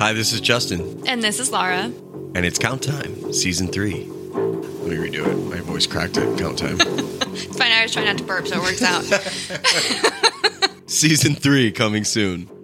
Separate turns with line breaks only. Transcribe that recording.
Hi, this is Justin,
And this is Laura.
and it's Count Time, Season 3. Let me redo it. My voice cracked at Count Time.
It's fine. I was trying not to burp, so it works out.
season 3 coming soon.